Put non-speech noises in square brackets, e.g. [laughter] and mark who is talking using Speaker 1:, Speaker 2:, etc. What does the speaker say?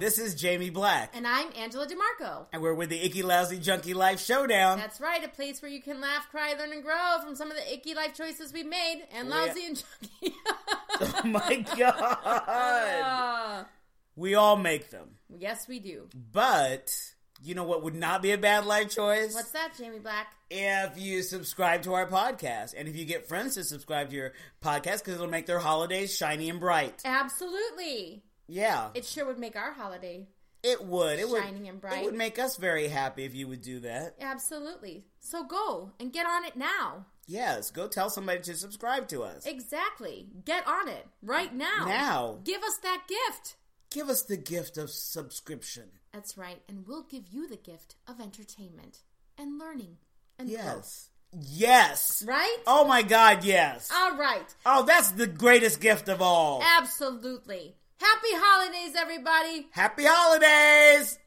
Speaker 1: This is Jamie Black,
Speaker 2: And I'm Angela DeMarco.
Speaker 1: and we're with the Icky Lousy Junkie Life Showdown.
Speaker 2: That's right, a place where you can laugh, cry, learn, and grow from some of the icky life choices we've made and
Speaker 1: Oh, yeah.
Speaker 2: lousy and junky.
Speaker 1: oh [laughs]
Speaker 2: [laughs]
Speaker 1: my god!
Speaker 2: Ah,
Speaker 1: we all make them,
Speaker 2: yes, we do.
Speaker 1: but you know what would not be a bad life choice?
Speaker 2: What's that, Jamie Black?
Speaker 1: if you subscribe to our podcast, and if you get friends to subscribe to your podcast, because it'll make their holidays shiny and bright.
Speaker 2: Absolutely.
Speaker 1: Yeah, it,
Speaker 2: It sure would make our holiday.
Speaker 1: would. It would.
Speaker 2: Shining and bright.
Speaker 1: It would make us very happy if you would do that.
Speaker 2: Absolutely. So go and get on it now.
Speaker 1: Yes, go tell somebody to subscribe to us.
Speaker 2: Exactly. Get on it right now.
Speaker 1: Now.
Speaker 2: Give us that gift.
Speaker 1: Give us the gift of subscription.
Speaker 2: That's right, and we'll give you the gift of entertainment and learning and growth.
Speaker 1: Yes. Yes.
Speaker 2: Right?
Speaker 1: Oh my God, yes.
Speaker 2: All right.
Speaker 1: Oh, that's the greatest gift of all.
Speaker 2: uh, Absolutely. Happy holidays, everybody.
Speaker 1: Happy holidays!